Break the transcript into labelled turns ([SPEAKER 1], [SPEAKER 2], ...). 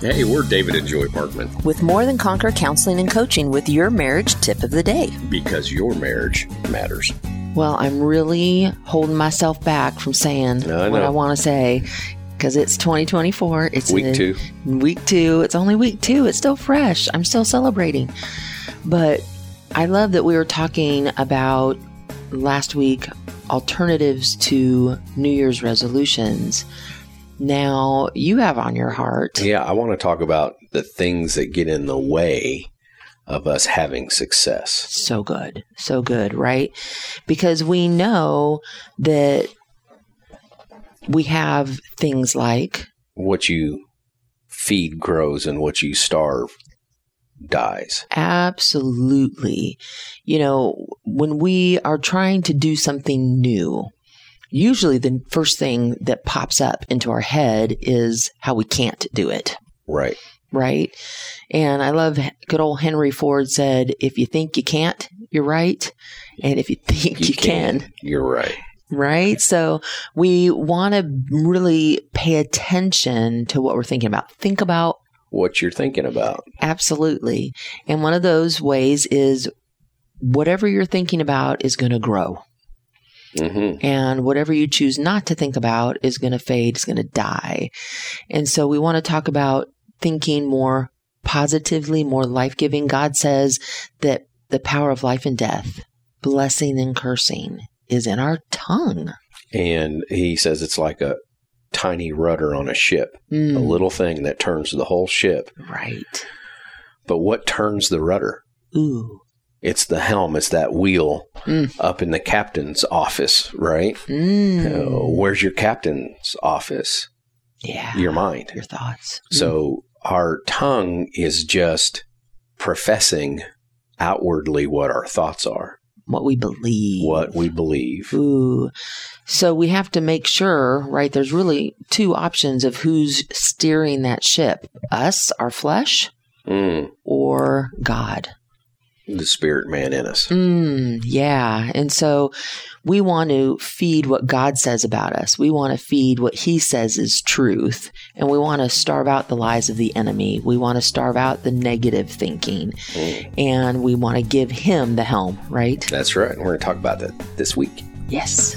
[SPEAKER 1] Hey, we're David and Joy Parkman
[SPEAKER 2] with More Than Conquer Counseling and Coaching with your marriage tip of the day.
[SPEAKER 1] because your marriage matters.
[SPEAKER 2] Well, I'm really holding myself back from saying
[SPEAKER 1] I
[SPEAKER 2] what
[SPEAKER 1] know.
[SPEAKER 2] I want to say because it's 2024. It's
[SPEAKER 1] Week
[SPEAKER 2] in-
[SPEAKER 1] two.
[SPEAKER 2] Week two. It's only week two. It's still fresh. I'm still celebrating. But I love that we were talking about last week alternatives to New Year's resolutions. Now you have on your heart.
[SPEAKER 1] Yeah, I want to talk about the things that get in the way of us having success.
[SPEAKER 2] so good so good right because we know that we have things like
[SPEAKER 1] What you feed grows and what you starve dies.
[SPEAKER 2] absolutely you know when we are trying to do something new usually the first thing that pops up into our head is how we can't do it
[SPEAKER 1] Right.
[SPEAKER 2] right and i love good old henry ford said if you think you can't you're right and if you think you, can
[SPEAKER 1] You're right.
[SPEAKER 2] right? So we want to really pay attention to what we're thinking about. Think about
[SPEAKER 1] What you're thinking about.
[SPEAKER 2] absolutely. And one of those ways is whatever you're thinking about is going to grow.
[SPEAKER 1] Mm-hmm.
[SPEAKER 2] And whatever you choose not to think about is going to fade, it's going to die. And so we want to talk about thinking more positively, more life giving. God says that the power of life and death, blessing and cursing, is in our tongue.
[SPEAKER 1] And he says it's like a tiny rudder on a ship, a
[SPEAKER 2] Mm,
[SPEAKER 1] little thing that turns the whole ship.
[SPEAKER 2] right.
[SPEAKER 1] But what turns the rudder?
[SPEAKER 2] Ooh.
[SPEAKER 1] It's the helm, it's that wheel
[SPEAKER 2] Mm.
[SPEAKER 1] up in the captain's office, right? Uh,
[SPEAKER 2] Mm.
[SPEAKER 1] where's your captain's office?
[SPEAKER 2] yeah.
[SPEAKER 1] Your mind.
[SPEAKER 2] Your thoughts.
[SPEAKER 1] So our tongue is just professing outwardly what our thoughts are,
[SPEAKER 2] What we believe.
[SPEAKER 1] what we believe.
[SPEAKER 2] Ooh. So we have to make sure, right? There's really two options of who's steering that ship us, our flesh,
[SPEAKER 1] Mm,
[SPEAKER 2] or God.
[SPEAKER 1] the spirit man in us.
[SPEAKER 2] Mm, yeah. And so we want to feed what God says about us. We want to feed what He says is truth. And we want to starve out the lies of the enemy. We want to starve out the negative thinking.
[SPEAKER 1] Mm,
[SPEAKER 2] And we want to give Him the helm, right?
[SPEAKER 1] that's right. We're going to talk about that this week.
[SPEAKER 2] Yes.